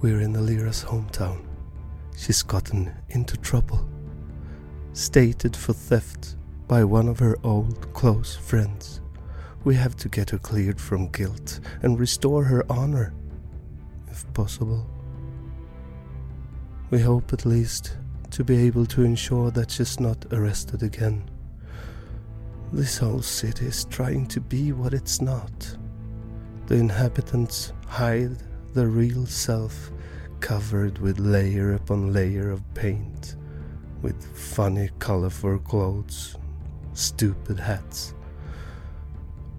We're in Alira's hometown. She's gotten into trouble. Stated for theft by one of her old close friends. We have to get her cleared from guilt and restore her honor, if possible. We hope at least to be able to ensure that she's not arrested again. This whole city is trying to be what it's not. The inhabitants hide their real self, covered with layer upon layer of paint, with funny, colorful clothes, stupid hats.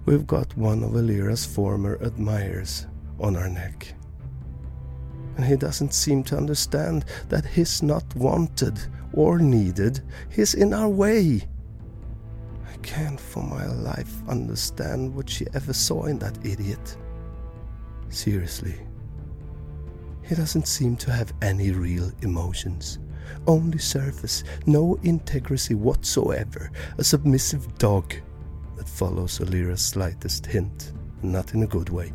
We've got one of Elira's former admirers on our neck and he doesn't seem to understand that he's not wanted or needed. He's in our way. I can't for my life understand what she ever saw in that idiot. Seriously. He doesn't seem to have any real emotions. Only surface, no integrity whatsoever. A submissive dog that follows Alira's slightest hint, and not in a good way.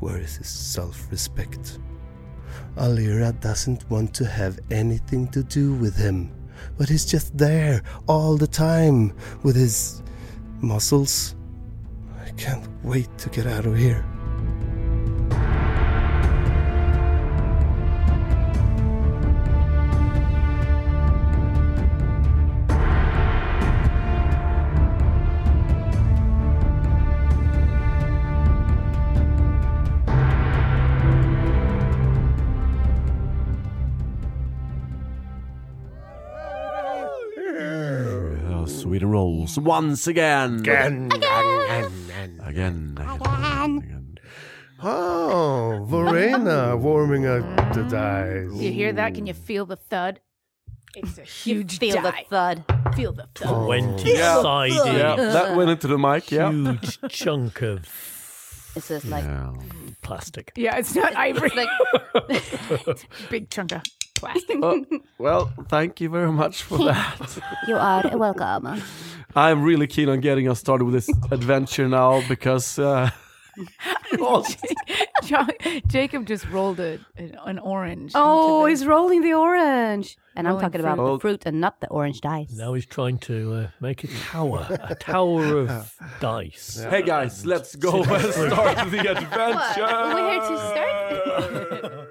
Where is his self respect? Alira doesn't want to have anything to do with him, but he's just there all the time with his muscles. I can't wait to get out of here. Oh, Sweden rolls once again. Again, again, again. Again. Again. Again. Oh, Verena warming up the You dice. hear that? Can you feel the thud? It's a huge feel die. the thud. Feel the thud. Went Yeah. inside Yeah, a that went into the mic. Yeah. huge chunk of It's just like Yeah. plastic. Yeah, it's not ivory. it's like big chunk of plastic. Oh, well, thank you very much for that. You are welcome. I'm really keen on getting us started with this adventure now because uh, Jo- Jacob just rolled a, an, an orange. Oh, into he's rolling the orange. And I'm Rolling talking about fruit. the fruit and not the orange dice. Now he's trying to uh, make a tower, a tower of dice. hey guys, let's go and start the adventure. where to start?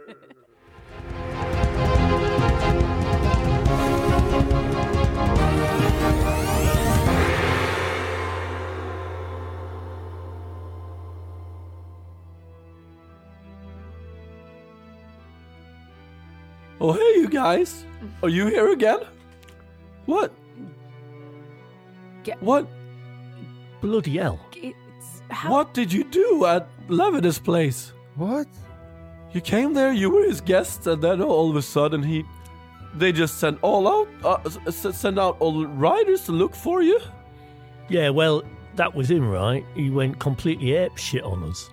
Oh, hey you guys, are you here again? What? Get- What? Bloody hell. It's how What did you do at Levitus' place? What? You came there, you were his guest, and then all of a sudden he. They just sent all out, uh, s- s- sent out all riders to look for you. Yeah, well, that was him, right? He went completely apeshit on us.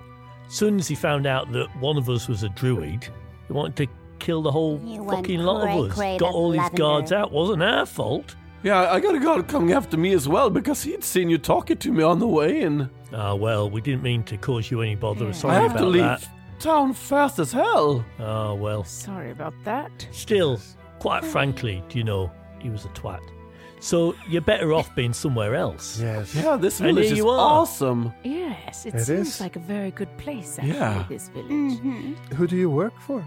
Soon as he found out that one of us was a druid, he wanted to kill the whole He went fucking lot cray of us. cray Got with all his lavender. guards out. Wasn't our fault. Yeah, I- I got a guard coming after me as well because he'd seen you talking to me on the way, and Ah, well, we didn't mean to cause you any bother. Sorry I have about to leave that. town fast as hell. Ah, well. Sorry about that. Still, quite frankly, do you know, he was a twat. So you're better off being somewhere else. Yes. Yeah, this And village here is you are. awesome. Yes, it, It seems is. like a very good place. Actually, Yeah. this village. Mm. Mm-hmm. Who do you work for?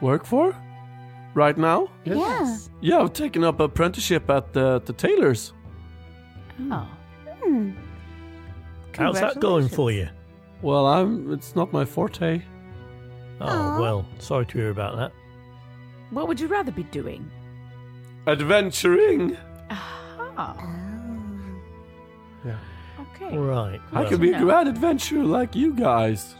Work for? Right now? Yeah. Yeah, I've taken up apprenticeship at the the tailor's. Oh, Hmm. How's that going for you? Well, I'm. It's not my forte. Oh, well, sorry to hear about that. what would you rather be doing? Adventuring. Oh. Ah, okay, Right. I well, could be No. a grand adventurer like you guys.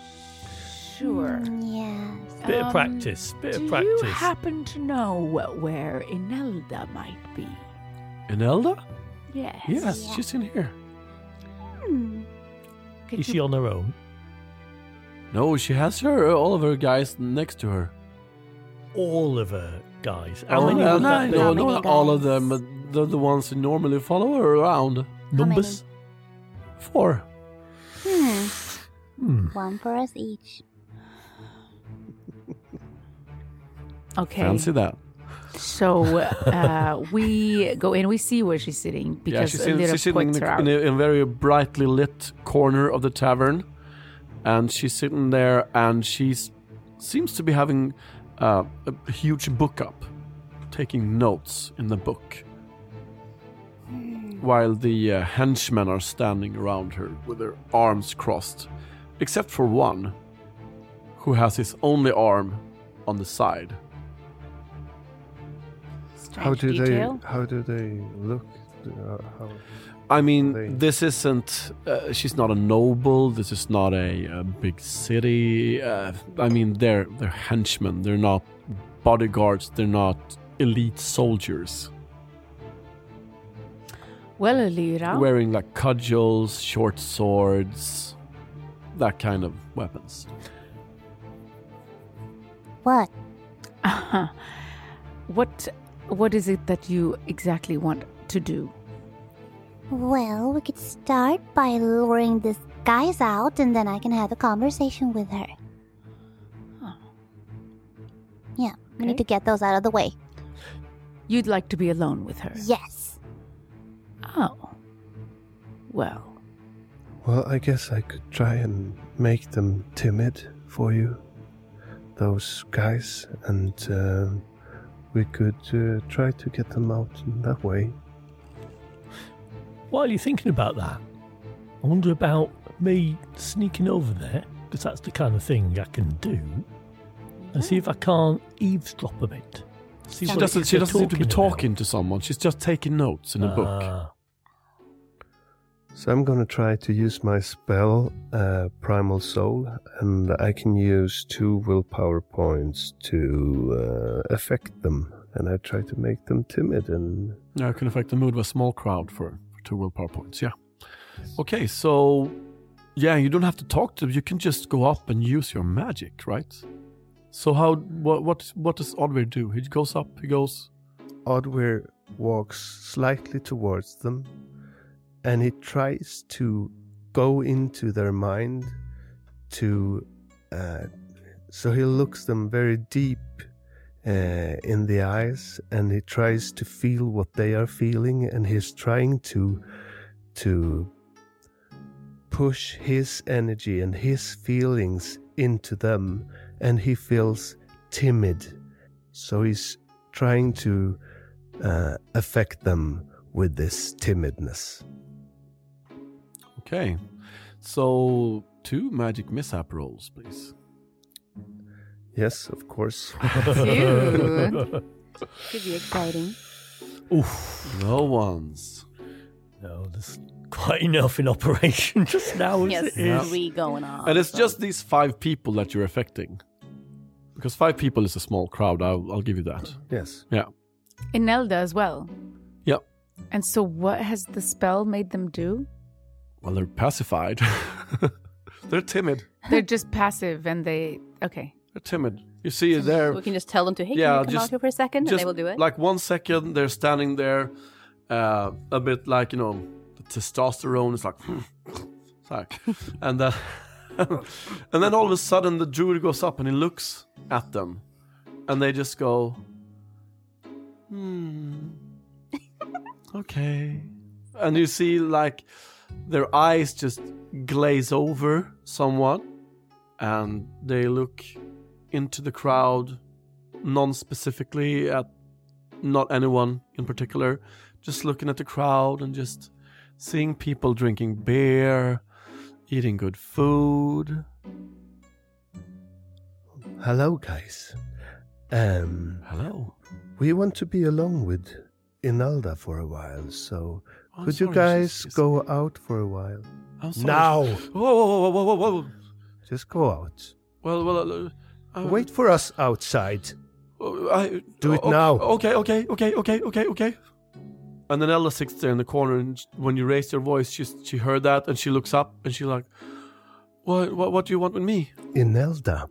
sure. Mm, Yes. Bit of Um, practice. Bit Do of practice. you happen to know where Inelda might be? Inelda? Yes. Yes, she's in here. Could Is you- she on her own? No, she has her all of her guys next to her. All of her guys. How Oh, many no, would that be? no, be? no, How not many all of guys? them. but They're the ones who normally follow her around. Numbers? Four. Hmm. Hmm. One for us each. Okay. Fancy that. So uh, we go in. We see where she's sitting Yeah, because she's, a in, little she's sitting in, points her the, out. in a, in a very brightly lit corner of the tavern, and she's sitting there, and she seems to be having uh, a huge book up, taking notes in the book, Hmm. while the uh, henchmen are standing around her with their arms crossed, except for one, who has his only arm on the side. How do detail. they? How do they look? Uh, how, I mean, They- this isn't. Uh, she's not a noble. This is not a, uh big city. Uh, I mean, they're they're henchmen. They're not bodyguards. They're not elite soldiers Well, Elira, wearing like cudgels, short swords, that kind of weapons. What? uh-huh. what what is it that you exactly want to do? Well, we could start by luring this guys out and then I can have a conversation with her. Yeah, we Okay. need to get those out of the way. You'd like to be alone with her. Yes. Oh. Well, well, I guess I could try and make them timid for you, those guys, and um we could uh, try to get them out in that way. While you're thinking about that, I wonder about me sneaking over there, because that's the kind of thing I can do, and see if I can't eavesdrop a bit. See She what it doesn't. is She they're doesn't seem to be about. talking to someone. She's just taking notes in a book. Ah, So I'm gonna try to use my spell, uh, Primal Soul, and I can use two willpower points to uh, affect them. And I try to make them timid and Yeah, it can affect the mood of a small crowd for, for two willpower points. Yeah. Okay, so yeah, you don't have to talk to them. You can just go up and use your magic, right? So how what what what does Oddware do? He goes up. He goes. Oddwear walks slightly towards them and he tries to go into their mind to uh, so he looks them very deep uh, in the eyes and he tries to feel what they are feeling and he's trying to to push his energy and his feelings into them and he feels timid so he's trying to uh, affect them with this timidness. Okay, so two magic mishap rolls, please. Yes, of course. Dude. Could be exciting. Oof, no ones. no, there's quite enough in operation just now as it Yeah. is. we going on. And it's just these five people that you're affecting, because five people is a small crowd. I'll, I'll give you that. yes. Yeah. Inelda as well. Yep. And so, what has the spell made them do? Well, they're pacified. they're timid. They're just passive, and they okay. They're timid. You see, they're we can just tell them to, hey, Yeah, can you come just- out here for a second? And just they will do it. like one second they're standing there, uh, a bit like you know, the testosterone is like, it's like, and then and then all of a sudden the druid goes up and he looks at them, and they just go, hmm, okay, and you see like their eyes just glaze over somewhat, and they look into the crowd non-specifically at not anyone in particular just looking at the crowd and just seeing people drinking beer eating good food Hello, guys. Um, hello we want to be alone with Inalda for a while, so Oh, I'm could you sorry, guys she's- she's- go out for a while? I'm sorry. Now. whoa whoa whoa whoa whoa, whoa. Just go out. well well uh, uh, Wait for us outside. uh, I, Do it o- now. okay okay okay okay okay okay and then ella sits there in the corner and sh- when you raised her voice she, she heard that and she looks up and she like what, what what do you want with me Inelda,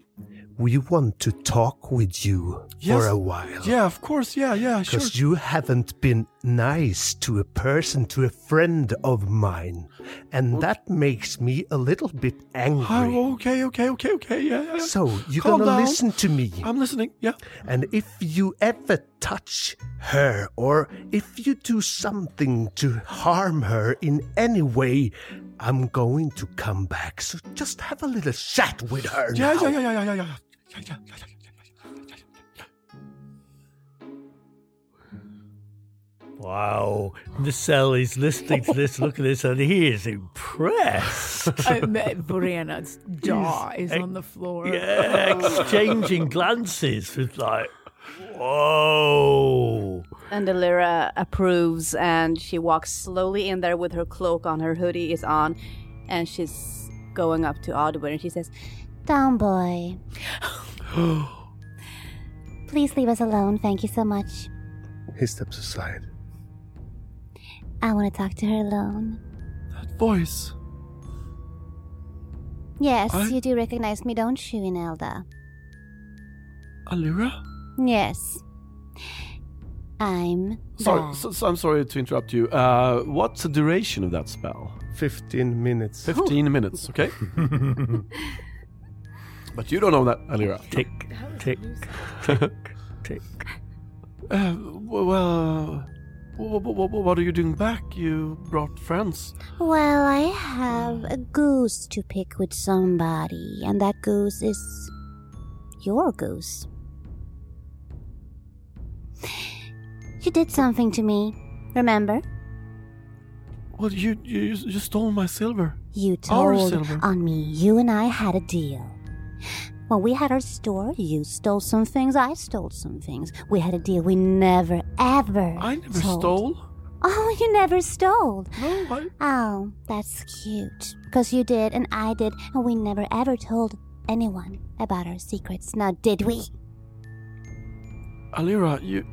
we want to talk with you Yes. for a while. yeah of course yeah yeah sure Because you haven't been nice to a person, to a friend of mine. And that makes me a little bit angry. Oh, okay, okay, okay, okay. Yeah, yeah, yeah. So you're Calm gonna down. listen to me. I'm listening. Yeah. And if you ever touch her, or if you do something to harm her in any way, I'm going to come back. So just have a little chat with her. Yeah, now. yeah, yeah, yeah, yeah, yeah, yeah, yeah, yeah, yeah, yeah, yeah, yeah, yeah. Wow. Michelle is listening to this, look at this, and he is impressed. I met Brianna's jaw is on the floor. yeah, exchanging glances with like, whoa. And Alira approves and she walks slowly in there with her cloak on, her hoodie is on, and she's going up to Odwin and she says, Down boy. Please leave us alone. Thank you so much. He steps aside. I want to talk to her alone. That voice. Yes, I- you do recognize me, don't you, Inelda? Alira? Yes. I'm. Sorry, back. so, so I'm sorry to interrupt you. Uh, what's the duration of that spell? 15 minutes. 15 minutes, okay? but you don't know that, Alira. Tick, tick, tick, tick. Uh, w- well, w- w- w- what are you doing back? You brought friends. Well, I have a goose to pick with somebody, and that goose is your goose. You did something to me, remember? Well, you you, you stole my silver. You Our told silver. on me. You and I had a deal. When we had our store, you stole some things, I stole some things. We had a deal we never, ever. I never told. stole. Oh, you never stole. No, I, Oh, that's cute. Because you did, and I did, and we never ever told anyone about our secrets, now did we? Alira, you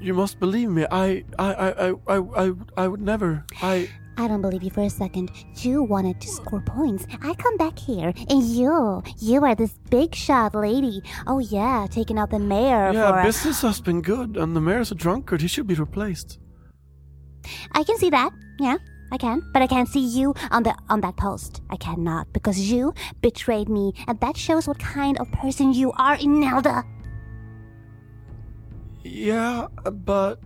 you must believe me. I I I I I, I, I would never. I I don't believe you for a second. You wanted to score points. I come back here, and you, you are this big shot lady. Oh, yeah, taking out the mayor for. yeah, a- business has been good, and the mayor's a drunkard. He should be replaced. I can see that. Yeah, I can. But I can't see you on the on that post. I cannot because you betrayed me, and that shows what kind of person you are, Inelda. Yeah, but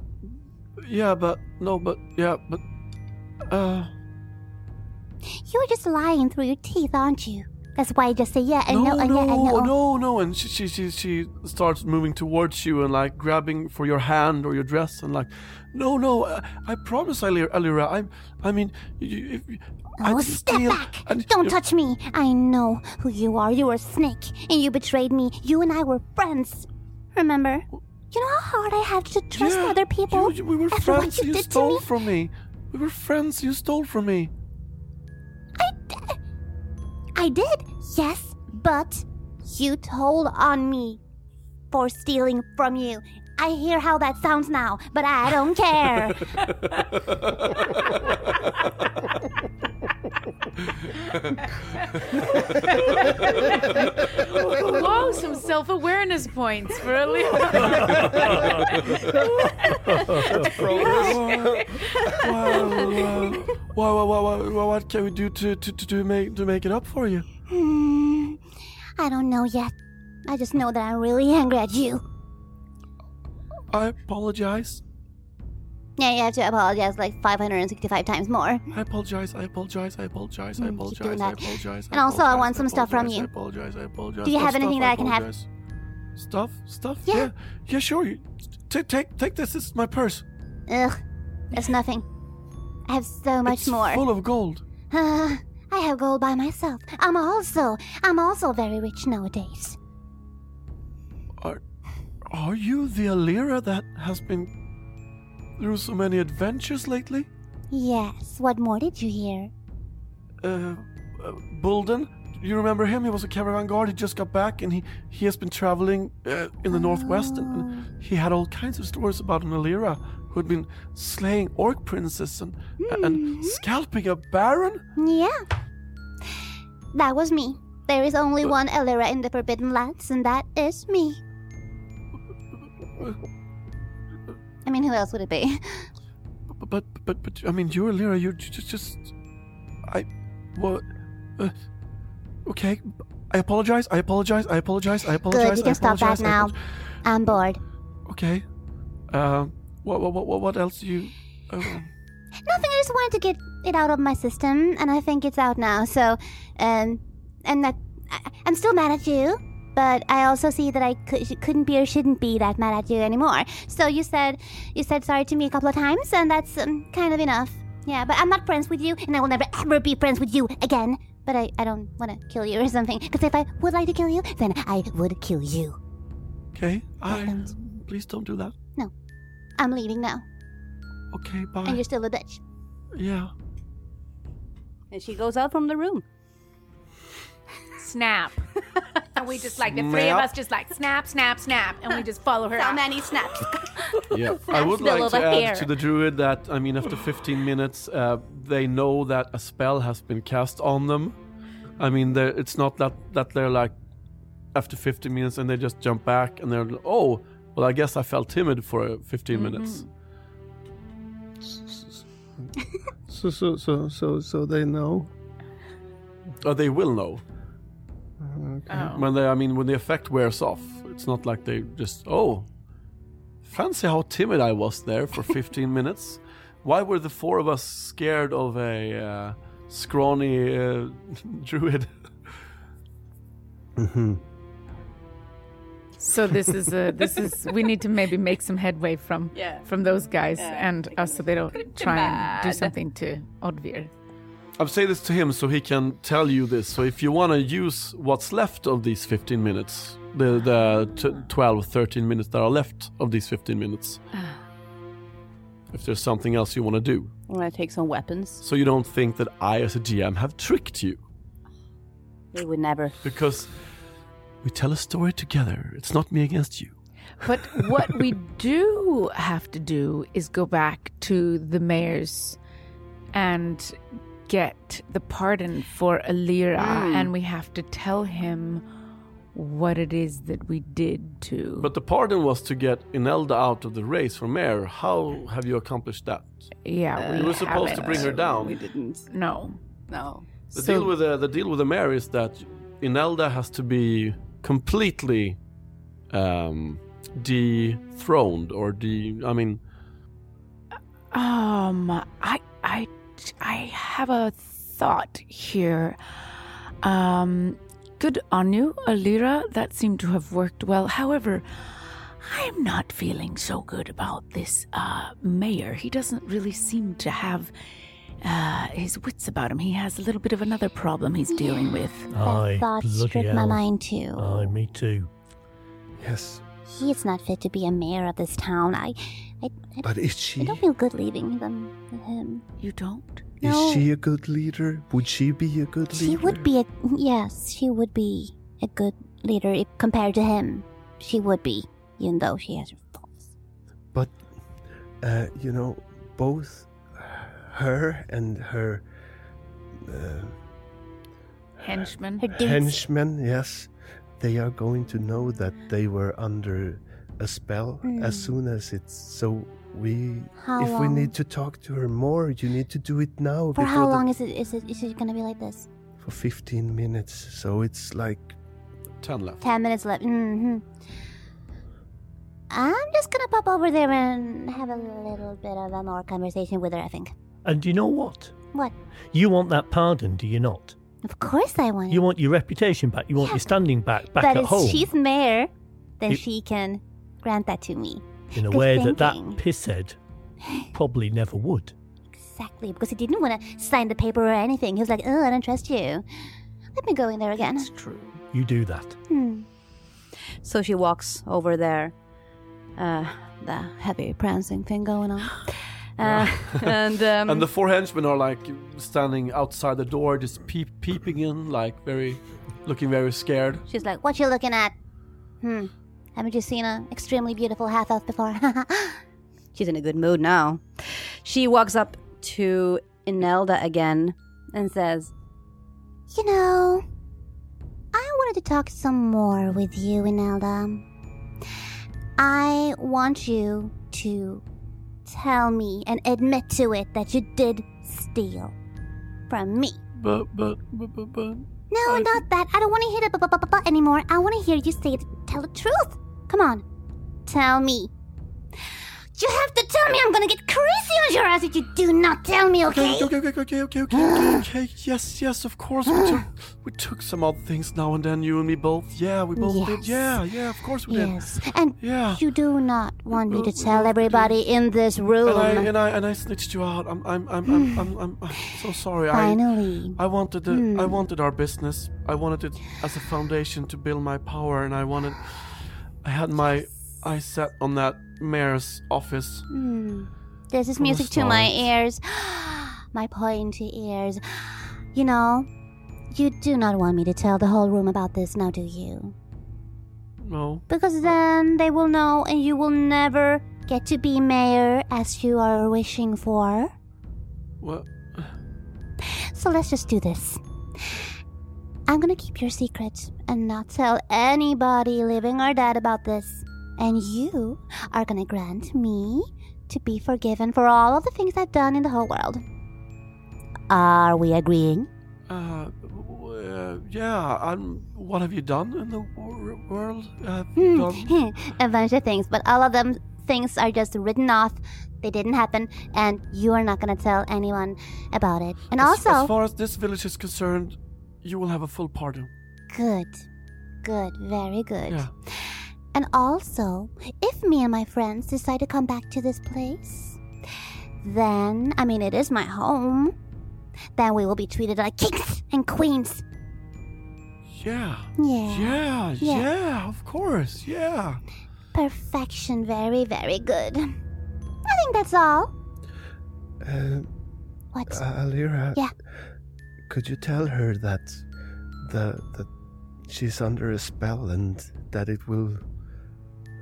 yeah, but no, but yeah, but uh, You're just lying through your teeth, aren't you? That's why I just say yeah and no, no, and no, yeah and no. no, no. And she, she she she starts moving towards you and like grabbing for your hand or your dress and like, no, no, uh, I promise, Alira, Alira, I'm, I mean, you, if, Oh, I'd step steal- back! I'd- Don't touch me! I know who you are. You're a snake, and you betrayed me. You and I were friends. Remember? You know how hard I had to trust Yeah, other people? you- you- we were After what friends. you You, did to stole me? from me. We were friends. You stole from me. I did, yes, but you told on me for stealing from you. I hear how that sounds now, but I don't care. Whoa, some self awareness points for Alira. wow, wow, wow, wow, wow, wow, what can we do to, to, to, to make to make it up for you? Hmm, I don't know yet. I just know that I'm really angry at you. I apologize. Yeah, you have to apologize like 565 times more. I apologize. I apologize. I apologize. I Mm, keep doing apologize. I that. apologize. And also, I apologize, want some stuff from apologize, you. I apologize. I apologize. Do you Oh, have anything stuff, that I can have? apologize. Stuff, stuff. Yeah. yeah, yeah sure. You- T- take, take this. This is my purse. Ugh, that's nothing. I have so much it's more. Full of gold. Uh, I have gold by myself. I'm also, I'm also very rich nowadays. Are, are you the Alira that has been through so many adventures lately? Yes. What more did you hear? Uh, uh Bulden? You remember him? He was a caravan guard. He just got back, and he he has been traveling uh, in the northwest, and, and he had all kinds of stories about an Alira who had been slaying orc princes and and scalping a baron. Yeah. That was me. There is only Uh. one Elira in the Forbidden Lands, and that is me. I mean, who else would it be? But but but, but I mean, you're Lyra. You just just I what? Uh, okay, I apologize. I apologize. I apologize. I apologize. you I can stop that apologize, I now. apologize. I'm bored. Okay. Um. What what what what else do you? Uh, Nothing. I just wanted to get it out of my system, and I think it's out now. So, um, and that I, I'm still mad at you, but I also see that I could, couldn't be or shouldn't be that mad at you anymore. So you said you said sorry to me a couple of times, and that's um, kind of enough. Yeah, but I'm not friends with you, and I will never ever be friends with you again. But I, I don't want to kill you or something, because if I would like to kill you, then I would kill you. okay. I Thanks. please don't do that. I'm leaving now, Okay. and Bye. you're still a bitch. Yeah. And she goes out from the room. Snap. and we just like, the three of Snap. us just like, snap, snap, snap. And we just follow her. How out. many snaps? Yeah, I would Snaps like to spill add over here. to the druid that I mean, after 15 minutes, uh, they know that a spell has been cast on them. I mean, they're- it's not that that they're like after 15 minutes and they just jump back and they're oh, well, I guess I felt timid for uh, 15 minutes. So, so, so, so, so they know. Or Uh, they will know Oh. when they. I mean, when the effect wears off, it's not like they just oh, fancy how timid I was there for 15 minutes. Why were the four of us scared of a uh, scrawny uh, druid? Mm-hmm. So this is a this is we need to maybe make some headway from Yeah. from those guys Yeah, and us so they don't try and do something to Odvir. I'll say this to him so he can tell you this. So if you want to use what's left of these 15 minutes, the, the t- 12, 13 minutes that are left of these 15 minutes, if there's something else you want to do, I'm gonna take some weapons. so you don't think that I, as a GM, have tricked you. They would never. Because we tell a story together. It's not me against you. But what we do have to do is go back to the mayor's and get the pardon for Alira Mm. and we have to tell him what it is that we did to But the pardon was to get Inelda out of the race from Air. How have you accomplished that? yeah, we you uh, were supposed to haven't. bring her down. didn't. No. No. The So- deal with uh, the, the deal with the mayor is that Inelda has to be completely um, dethroned or de I mean Um, I, I, I have a thought here. Um, good on you, Alira. That seemed to have worked well. However, I'm not feeling so good about this uh, mayor. He doesn't really seem to have uh, his wits about him. He has a little bit of another problem he's dealing with. Aye, that thought bloody stripped my hell. mind too. Aye, me too. Yes, He is not fit to be a mayor of this town. I, I, I, but is I she don't feel good leaving them with him. You don't? No. is she a good leader? Would she be a good leader? She would be a yes, she would be a good leader if compared to him. She would be, even though she has her faults. But uh, you know, both her and her uh, Henchman? Her dudes. henchmen, yes, they are going to know that they were under a spell as Mm. soon as it's so. We, How if we long- need to talk to her more, you need to do it now. For before how the- long is it? Is it? Is it gonna be like this? For 15 minutes, so it's like ten left. Ten minutes left. hmm I'm just gonna pop over there and have a little bit of a more conversation with her. I think. And you know what? What? You want that pardon, do you not? Of course, I want. You want your reputation back. You want Yeah. your standing back, back but at if home. she's mayor, then You- she can grant that to me. in a good way that that thinking. pisshead probably never would. Exactly, because he didn't want to sign the paper or anything. He was like, oh, I don't trust you. Let me go in there again. That's true. You do that. Hmm. So she walks over there. Uh, the heavy prancing thing going on. Uh, and um, and the four henchmen are like standing outside the door, just peep, peeping in, like very, looking very scared. She's like, what you looking at? Hmm. Haven't you seen an extremely beautiful half elf before? she's in a good mood now. She walks up to Inelda again and says, you know, I wanted to talk some more with you, Inelda. I want you to tell me and admit to it that you did steal from me. But, but, but, but, but. No, I- not that. I don't want to hear the bu- bu- bu- bu- bu- anymore. I want to hear you say it. Tell the truth. Come on. Tell me. You have to tell me. I'm going to get crazy on your ass if you do not tell me, okay? Okay, okay, okay, okay, okay, okay, okay, okay. Yes, yes, of course. We took, we took some odd things now and then, you and me both. Yeah, we both did. Yes. Yeah, yeah, of course we did. Yes. And Yeah. you do not want me to Well, tell everybody in this room. And I and I and I snitched you out. I'm I'm I'm I'm I'm, I'm, I'm so sorry. I Finally. I wanted the, I Hmm. wanted our business. I wanted it as a foundation to build my power, and I wanted. I had my I sat on that mayor's office. Hmm. Mm. This is From the music to my start. ears. my pointy ears. You know, you do not want me to tell the whole room about this now, do you? No, Because then they will know and you will never get to be mayor as you are wishing for. what? So let's just do this. I'm gonna keep your secret and not tell anybody living or dead about this. And you are gonna grant me to be forgiven for all of the things I've done in the whole world. Are we agreeing? Uh, w- uh, yeah. I'm. What have you done in the wor- world? Have you done? Hmm. a bunch of things, but all of them things are just written off. They didn't happen, and you are not gonna tell anyone about it. And As- also, as far as this village is concerned, you will have a full pardon. Good. Good. Very good. Yeah. And also, if me and my friends decide to come back to this place, then, I mean, it is my home. Then we will be treated like kings and queens. Yeah. Yeah. Yeah, Yeah. yeah, of course, yeah. Perfection. Very, very good. I think that's all. Uh, What? Uh, Alira. Yeah. Could you tell her that the that she's under a spell and that it will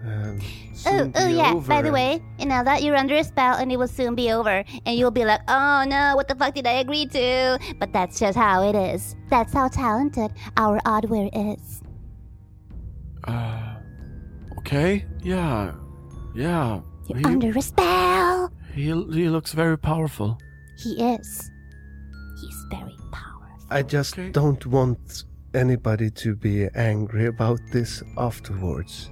um, Oh, soon oh be yeah. over By the and- way, you know that you're under a spell and it will soon be over, and you'll be like, "Oh no, what the fuck did I agree to?" But that's just how it is. That's how talented our oddware is. Uh, okay, yeah, yeah. You're He, under a spell. he, he looks very powerful. He is. He's very powerful. I just Okay. don't want anybody to be angry about this afterwards.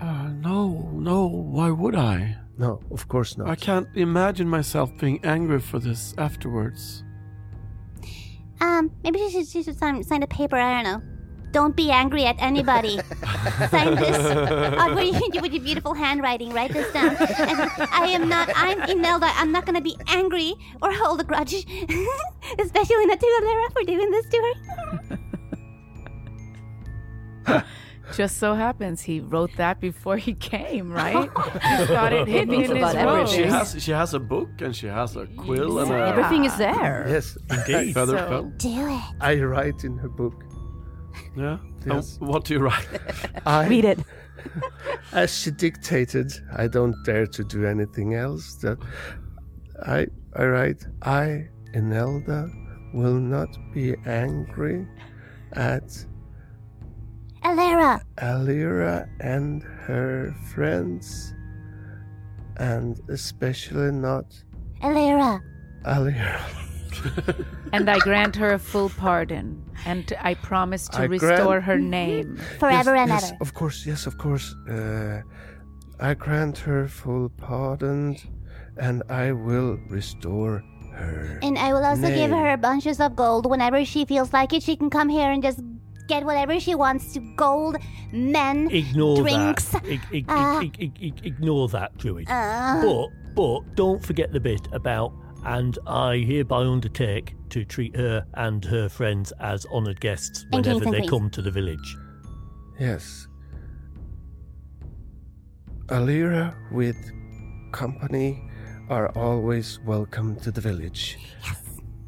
Uh, no, no, why would I? No, of course not. I can't imagine myself being angry for this afterwards. Um, maybe she should, she should sign, sign a paper. I don't know. Don't be angry at anybody. sign this. Oh, what do you do with your beautiful handwriting? Write this down. And I am not. I'm Imelda. I'm not gonna be angry or hold a grudge, especially not to Alera for doing this to her. Just so happens he wrote that before he came, right? He's got it hidden Thinks in his about Wait, everything. robes. she has she has a book and she has a quill and Yeah. a Everything is there. Yes, Indeed. feather So- pen. Do it. I write in her book. Yeah. Yes. And Um, what do you write? I, Read it. as she dictated, I don't dare to do anything else. That I, I write, I, Enelda, will not be angry at Alera. Alira and her friends, and especially not Alera. Alira. And I grant her a full pardon. And I promise to I restore grant- her name. Forever yes, and yes, ever. Of course, yes, of course. Uh, I grant her full pardon, and I will restore her. And I will also give Nay. her bunches of gold whenever she feels like it. She can come here and just get whatever she wants to gold, men. Ignore Drinks. that. Ig- ig- Ah. ig- ig- ig- ignore that, Druid. Uh, But but don't forget the bit about and I hereby undertake to treat her and her friends as honoured guests And kings whenever and they queens. come to the village. Yes. Alira with company are always welcome to the village.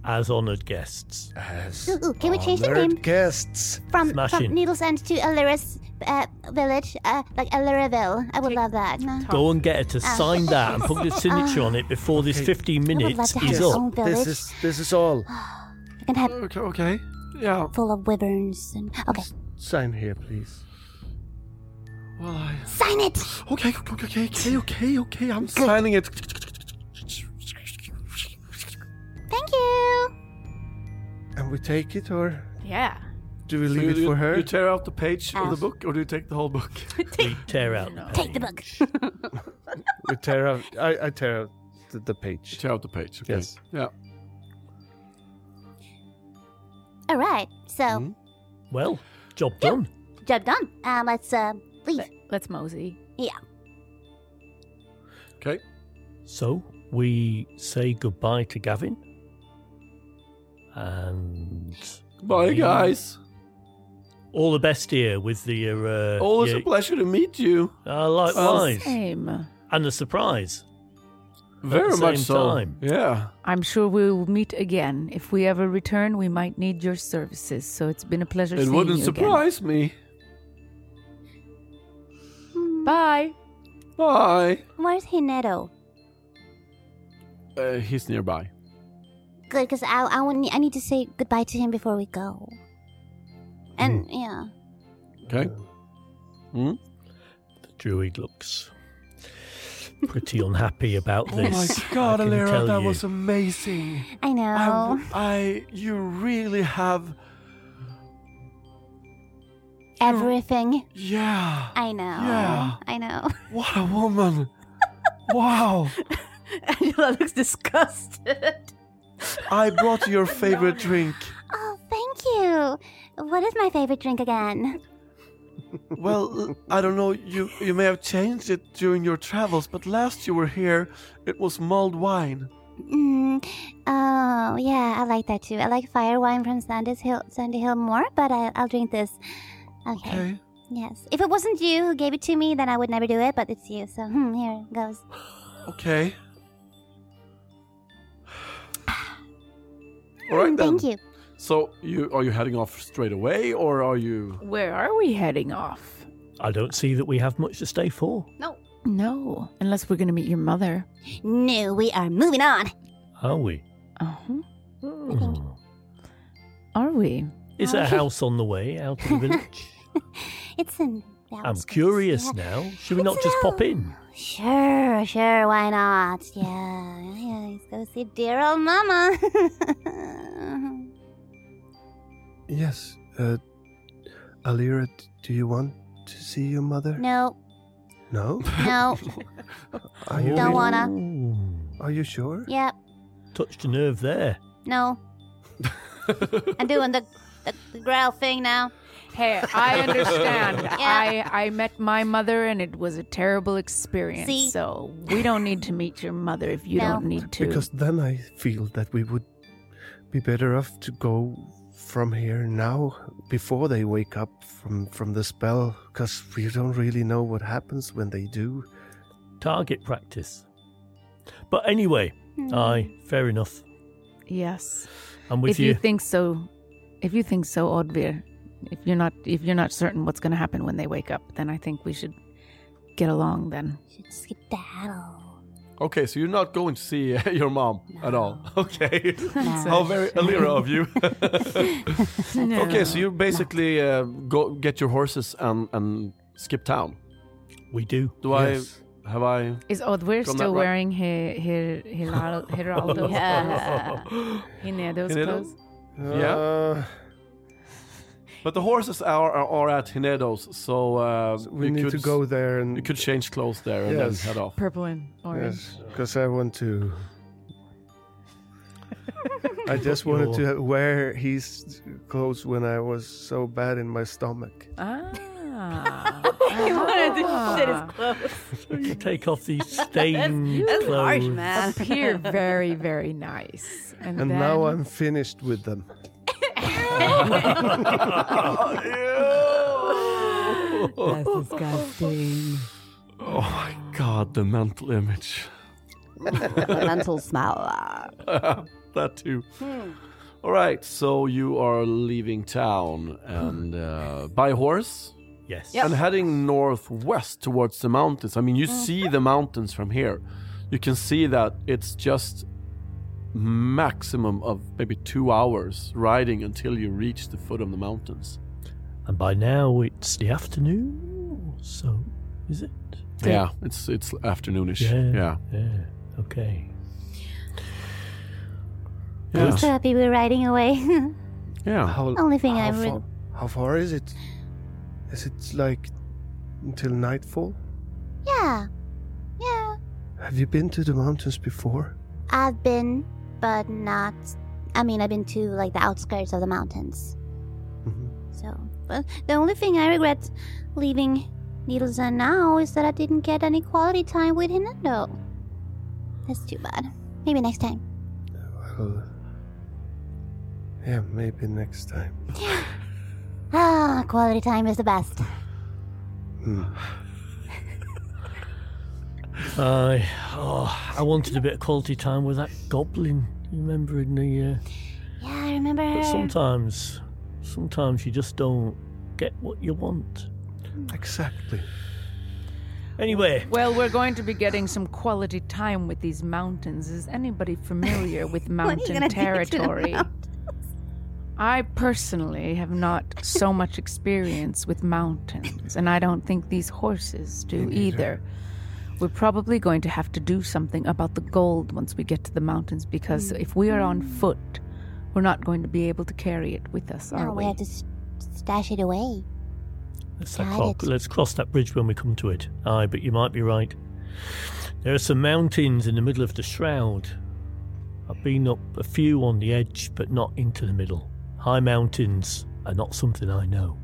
As honoured guests. As Ooh, ooh, can we change the honored name? Guests. from, Smashing. from Needle's End to Alira's uh, village, uh, like Aliraville. I would Take- love that. Go and get her to sign that and put a signature on it before this Okay. 15 Uh, I would love minutes to have is my up. own Oh, village. This is this is all. I can have okay, okay. Yeah. full of wyverns and okay. Sign here, please. Well, I... Sign it! Okay, okay, okay, okay, okay, okay. I'm signing it. Thank you! And we take it, or Yeah. do we So leave you, it for her? You tear out the page of the Yes. book, or do you take the whole book? We tear out. the Take the page. book. we tear out. I, I tear out the, the page. tear out the page. Okay. Yes. Yeah. All right, so Mhm. Well, job done. job done. Um, let's uh, leave. Let's mosey. Okay. So we say goodbye to Gavin. And Bye, leave. guys. all the best here with the. Uh, Always your- a pleasure to meet you. Uh, likewise, Same. and the surprise. Very the much same so. time. Yeah. I'm sure we'll meet again. If we ever return, we might need your services. So it's been a pleasure it seeing wouldn't you surprise me. again. Bye. Bye. Where's Hinero? Uh, he's nearby. Good, because I, I, want, I need to say goodbye to him before we go. And Hmm. yeah. Okay. Hmm? The druid looks pretty unhappy about Oh my this. God, I can Alira, tell that you. was amazing. I know. I w- I, you really have, Everything. yeah. I know. Yeah. I know. What a woman! wow! Angela looks disgusted. I brought your favorite drink. Oh, thank you. What is my favorite drink again? Well, I don't know. You you may have changed it during your travels, but last you were here, it was mulled wine. Mm, oh, yeah, I like that too. I like fire wine from Sandys Hill, Sandy Hill more, but I, I'll drink this. Okay. Okay. Yes. If it wasn't you who gave it to me, then I would never do it, but it's you, so hmm, here goes. Okay. All right then. Mm, Thank you. So you are you heading off straight away, or are you? Where are we heading off? I don't see that we have much to stay for. No, unless we're going to meet your mother. No, we are moving on. Are we? Uh-huh. Oh Hmm. Are we? Is there a house on the way out of the village? It's in. the I'm outskirts, curious yeah. now. Should we not just pop in? Sure, sure, why not? Yeah, yeah, let's go see dear old mama. Yes. Uh, Alira, d- do you want to see your mother? no, No? no, Are you Don't want- wanna. Ooh, Are you sure? yep, Touched a nerve there. no. I'm doing the, the, the growl thing now. Hey, I understand. Yeah. I I met my mother and it was a terrible experience. See? So we don't need to meet your mother if you No. don't need to. Because then I feel that we would be better off to go from here now before they wake up from from the spell because we don't really know what happens when they do Target practice. But anyway, Hmm. aye, fair enough. yes. I'm with if you. think so, if you think so, Odvir, if you're not if you're not certain what's going to happen when they wake up, then I think we should get along. Then Should skip battle. Okay, so you're not going to see uh, your mom at all. Okay. No. How very Alira of you. Okay, so you basically uh, go get your horses and and skip town. We do. Do Yes. I have I? is Odvir Gone that still route. wearing her her Hiral- Hiraldo's Yeah. clothes? Hinedo's Hinedo? clothes? Yeah. Uh, But the horses are are, are at Hinedo's, so, uh, so we you need could, to go there and You could change clothes there and Yes. then head off. Purple and orange. because I want to. I just wanted to ha- wear his clothes when I was so bad in my stomach. Ah. he wanted to shit his clothes. You take off these stained That's harsh, clothes. man. appear very, very nice. And, And then, now I'm finished with them. That's disgusting. Oh my god, the mental image. Mental smell. that too. All right, so you are leaving town and uh, by horse Yes. and heading northwest towards the mountains. I mean, you see the mountains from here. You can see that it's just maximum of maybe two hours riding until you reach the foot of the mountains. And by now it's the afternoon. So, is it? Yeah, it's it's afternoonish. Yeah. Yeah. Yeah. Okay. Yeah. Thanks, Puppy. We're riding away. yeah. How, Only thing how I far, would- How far is it? Is it like until nightfall? yeah. Yeah. Have you been to the mountains before? I've been, but not. I mean, I've been to like the outskirts of the mountains. Mhm. So, but the only thing I regret leaving Needles and now is that I didn't get any quality time with Hinando. That's too bad. Maybe next time. Well, yeah, maybe next time. Ah, quality time is the best. Hmm. I oh, I wanted a bit of quality time with that goblin. You remember in the. Uh, Yeah, I remember but her. sometimes, sometimes you just don't get what you want. Exactly. Anyway, Well, we're going to be getting some quality time with these mountains. Is anybody familiar with mountain gonna do to the territory? I personally have not so much experience with mountains, and I don't think these horses do either. We're probably going to have to do something about the gold once we get to the mountains because if we are Mm. on foot, we're not going to be able to carry it with us, are No, Oh, we we? have to s- stash it away. let's, that Got clock, it. let's cross that bridge when we come to it. Aye, but you might be right. There are some mountains in the middle of the shroud. I've been up a few on the edge, but not into the middle. High mountains are not something I know.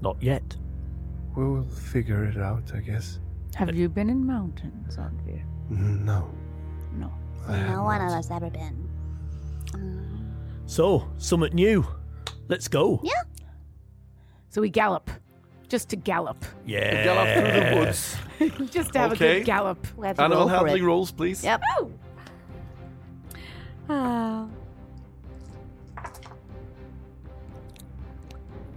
Not yet. We will figure it out, I guess. Have you been in mountains, Andrea? No. No. I have no one of not. us ever been. Mm. So, something new. Let's go. Yeah. So we gallop. Just to gallop. Yeah. Gallop through the woods. Just to have a Okay. good gallop. We have to Animal roll for handling it. rolls, please. Yep.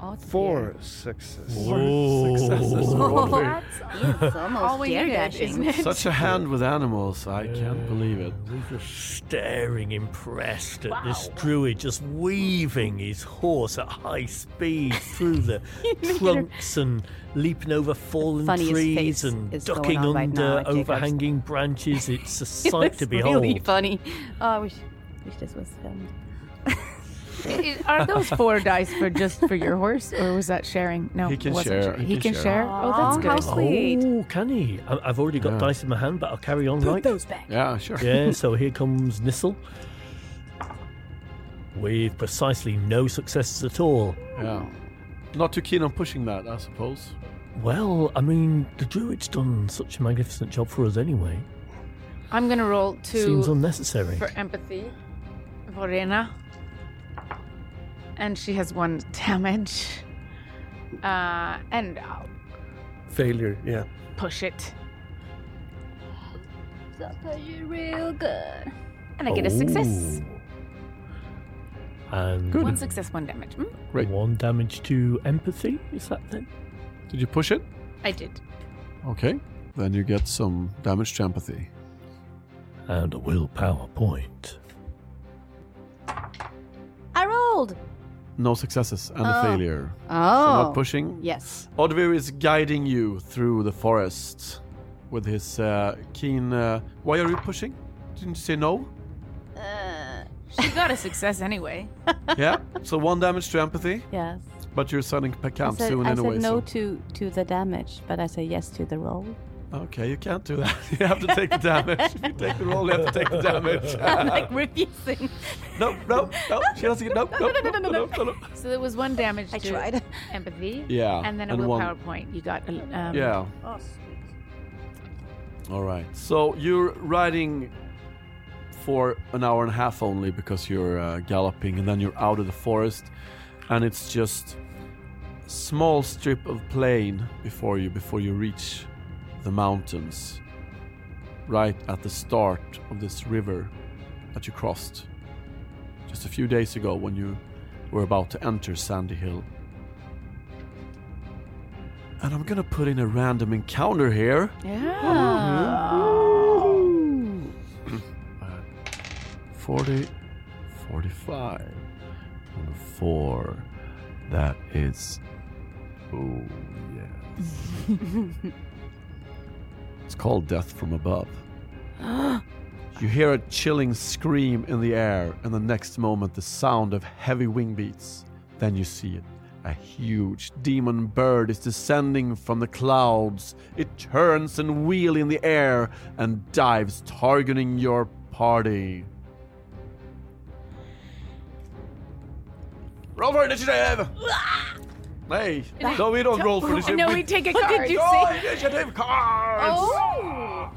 Oh, dear. Four success. Whoa. Successes are all there. It's Oh, almost All we dare needed, dashing. isn't it? Such a hand with animals. I can't believe it. We're just staring impressed at this druid just weaving his horse at high speed through the trunks and leaping over fallen funniest trees face and is going ducking on right now under at Jacob's. overhanging branches. It's a It sight was to behold. really funny. Oh, I wish, wish this was filmed. I- I- Are those four dice for just for your horse, or was that sharing? No, He can wasn't share, He, can, share. Aw, Oh, how that's good. sweet. Oh, can he? I- I've already got Yeah. dice in my hand, but I'll carry on, right? back. Yeah, sure. yeah, so here comes Nissel. With precisely no successes at all. Yeah. Not too keen on pushing that, I suppose. Well, I mean, the druid's done such a magnificent job for us anyway. I'm gonna roll two Seems unnecessary. for empathy, Vorena, and she has one damage. Uh, and I'll Failure, yeah. push it, you real good. and I get a success. Oh. And One success, one damage. Mm, Great. one damage to empathy, is that then? Did you push it? I did. Okay. Then you get some damage to empathy. And a willpower point. I rolled. No successes and Oh. a failure. So Oh. not pushing. yes. Odvir is guiding you through the forest with his uh, keen. Uh, why are you pushing? Didn't you say no? Uh, She got a success anyway. yeah. So one damage to empathy, yes. but you're sending I Pekam said, soon I anyway. said no so. to, to the damage, but I said yes to the roll. Okay, you can't do that. You have to take the damage. If you take the roll, you have to take the damage. refusing. no, no, no. She doesn't get. No, no, no, no, no, no, no, no. So there was one damage I to tried. empathy. Yeah, And then a and one- willpower point. You got. a- Um, Yeah. Oh, sweet. All right. So you're riding for an hour and a half only because you're uh, galloping, and then you're out of the forest, and it's just small strip of plain before you before you reach the mountains, right at the start of this river that you crossed just a few days ago when you were about to enter Sandy Hill. And I'm gonna put in a random encounter here. Yeah. 40, 45, and a 4. That is. Oh, yes. It's called Death from Above. You hear a chilling scream in the air, and the next moment, the sound of heavy wing beats. Then you see it. A huge demon bird is descending from the clouds. It turns and wheels in the air and dives, targeting your party. Roll for initiative! hey, no, we don't roll for initiative. Ah! No, we take a card. did you roll initiative cards! Oh!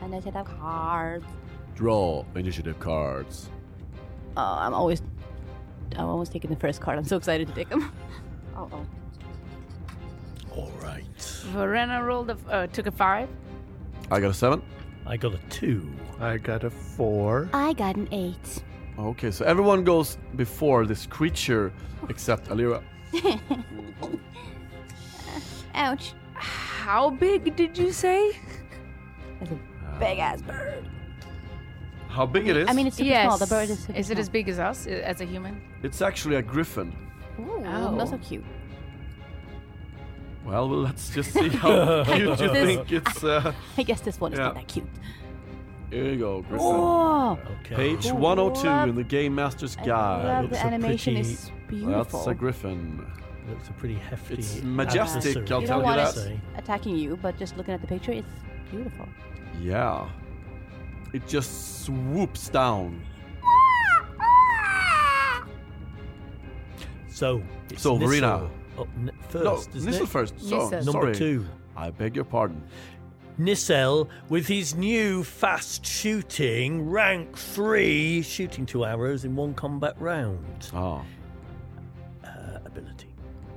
And I said that hard. Draw initiative cards. Oh, I'm always. I'm always taking the first card. I'm so excited to take them. Oh, oh. All Oh. right. Verena rolled a, uh, took a five. I got a seven. I got a two. Uh, I got a four. I got an eight. Okay, so everyone goes before this creature except Alira. Ouch. How big did you say? Big ass bird. How big it is? I mean, it's super small. The bird is super Is it small. as big as us, i- as a human? it's actually a griffin. Ooh, Oh. those are cute. Well, well, let's just see how cute you This- think it's. Uh, I guess this one is not Yeah. that cute. here you go, griffin. Oh, Okay. Page 102 in the Game Master's I Guide. love the it's a animation pretty- is beautiful. That's a griffin. That's a pretty hefty. It's majestic, accessory, I'll you tell don't you want that. it attacking you, but just looking at the picture, it's beautiful. Yeah. It just swoops down. So, it's So, Nissel Verena. up n- no, first, isn't Nissel it? first. So, Nissel. sorry. Number two. I beg your pardon. Nissel with his new fast shooting rank three, shooting two arrows in one combat round Ah. uh, ability.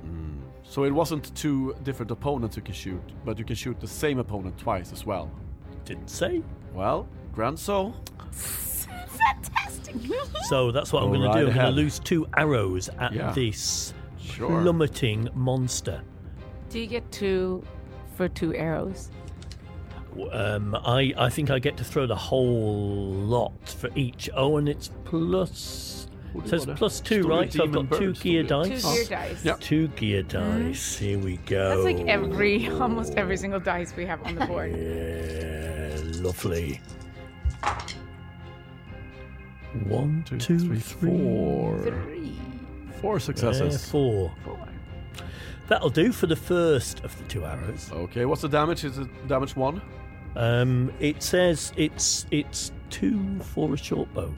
Mm. So it wasn't two different opponents you can shoot, but you can shoot the same opponent twice as well. Didn't say. Well, grand so. So that's what I'm Go going to right do. I'm going to ahead. lose two arrows at Yeah. this Sure. plummeting monster. Do you get two for two arrows? Um, I, I think I get to throw the whole lot for each. Oh, and it's plus. What do So you it's want plus there? two, Story right? So I've demon got two birds, gear okay. dice. Two gear dice. Mm. Yeah. Two gear dice. Here we go. That's like every, almost every single dice we have on the board. Yeah, lovely. One, Two, two, three, four. Three. Four Yeah, successes. four. That'll do for the first of the two arrows. Okay, what's the damage? Is it damage one? Um, it says it's it's two for a short bow.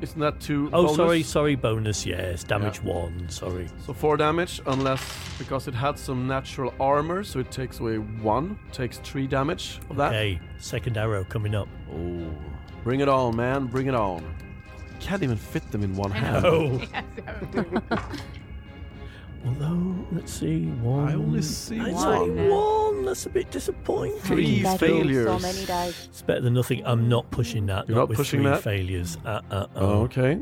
Isn't that two? Oh, bonus? sorry, sorry, bonus. Yes, damage one. Sorry. So four damage, unless because it had some natural armor, so it takes away one, takes three damage of that. Okay, second arrow coming up. Oh, bring it on, man! Bring it on! Can't even fit them in one hand. Oh, Yes. although let's see, one. I only see I one. saw one. That's a bit disappointing. Three That is failures. So many dice. It's better than nothing. I'm not pushing that. You're not with pushing three that? Oh, Failures. Uh, uh, uh. Okay.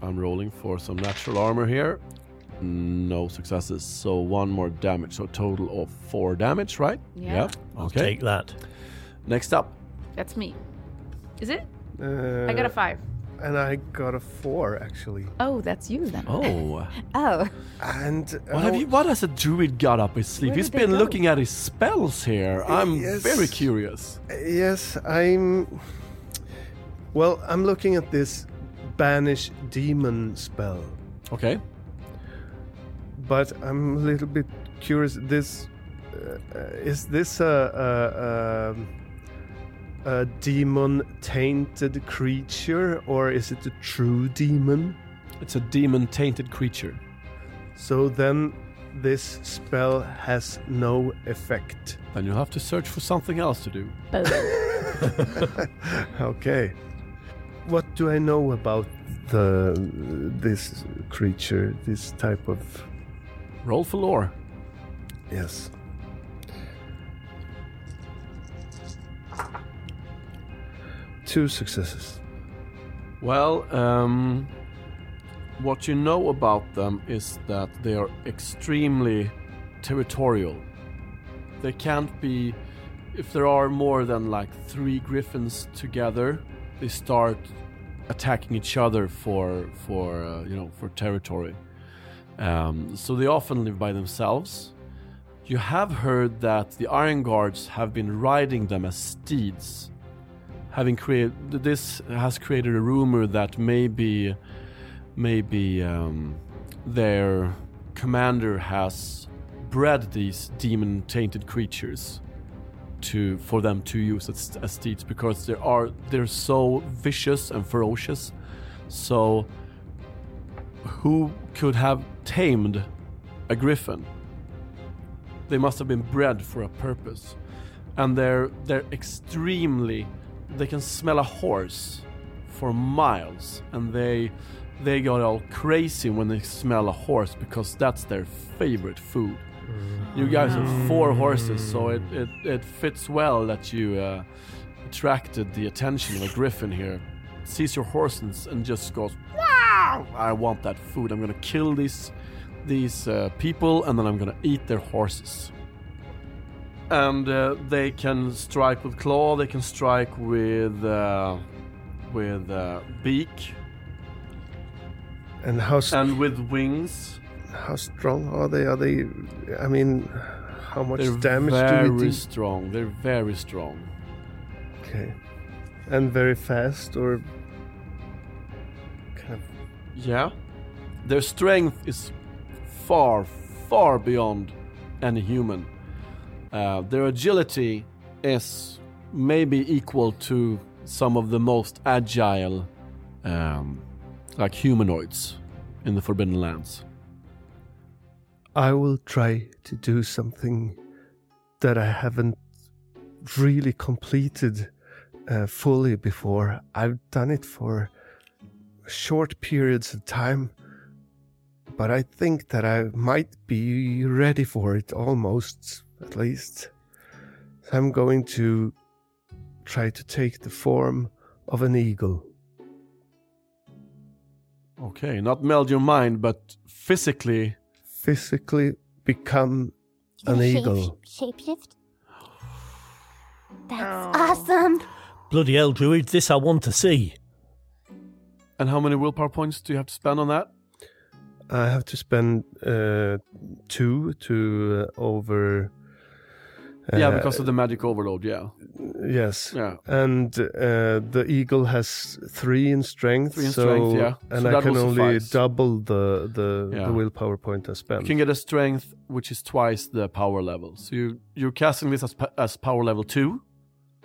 I'm rolling for some natural armor here. No successes, so one more damage. So total of four damage, right? Yeah. Yeah. I'll Okay. take that. Next up, That's me. Is it? Uh, I got a five. and I got a four actually. Oh, that's you then. oh, Oh, And oh, what have you? What has a druid got up his sleeve? Where He's did they been go? looking at his spells here. I'm Yes. very curious. Yes, I'm. Well, I'm looking at this banish demon spell, Okay. but I'm a little bit curious. This uh, uh, is this a, um, a, a, a demon tainted creature, or is it a true demon? It's a demon tainted creature. So then, this spell has no effect. Then you'll have to search for something else to do. Okay. What do I know about the this creature? This type of Roll for lore. Yes. Two successes. Well, um, what you know about them is that they are extremely territorial. They can't be. If there are more than like three griffins together, they start attacking each other for for uh, you know for territory. Um, so they often live by themselves. You have heard that the Iron Guards have been riding them as steeds. Having created this has created a rumor that maybe, maybe um, their commander has bred these demon-tainted creatures to for them to use as, as steeds because they are they're so vicious and ferocious. So who could have tamed a griffin? They must have been bred for a purpose. And they're they're extremely they can smell a horse for miles and they they got all crazy when they smell a horse because that's their favorite food. You guys have four horses, so it, it, it fits well that you uh, attracted the attention of a griffin here. Sees your horses and just goes, "Wow! I want that food. I'm gonna kill these these uh, people, and then I'm gonna eat their horses." And uh, they can strike with claw. They can strike with uh, with uh, beak And how st- and with wings. how strong are they? Are they? I mean, how much They're damage very do we do? strong. They're very strong. Okay, and very fast or kind of Yeah. Their strength is far, far beyond any human. Uh, their agility is maybe equal to some of the most agile, um, like humanoids in the Forbidden Lands. I will try to do something that I haven't really completed uh, fully before. I've done it for short periods of time, but I think that I might be ready for it almost, at least. So I'm going to try to take the form of an eagle. Okay, not meld your mind, but physically, Physically become an Shape- eagle. Shapeshift. That's awesome. Bloody hell, druids! This I want to see. and how many willpower points do you have to spend on that? I have to spend uh, two to uh, over. yeah, uh, because of the magic overload, yeah. yes. Yeah. And uh, the eagle has three in strength. Three in so, strength, yeah. And So I that can will only suffice. double the the, Yeah. the willpower point I spend. You can get a strength which is twice the power level. So you you're casting this as pa- as power level two,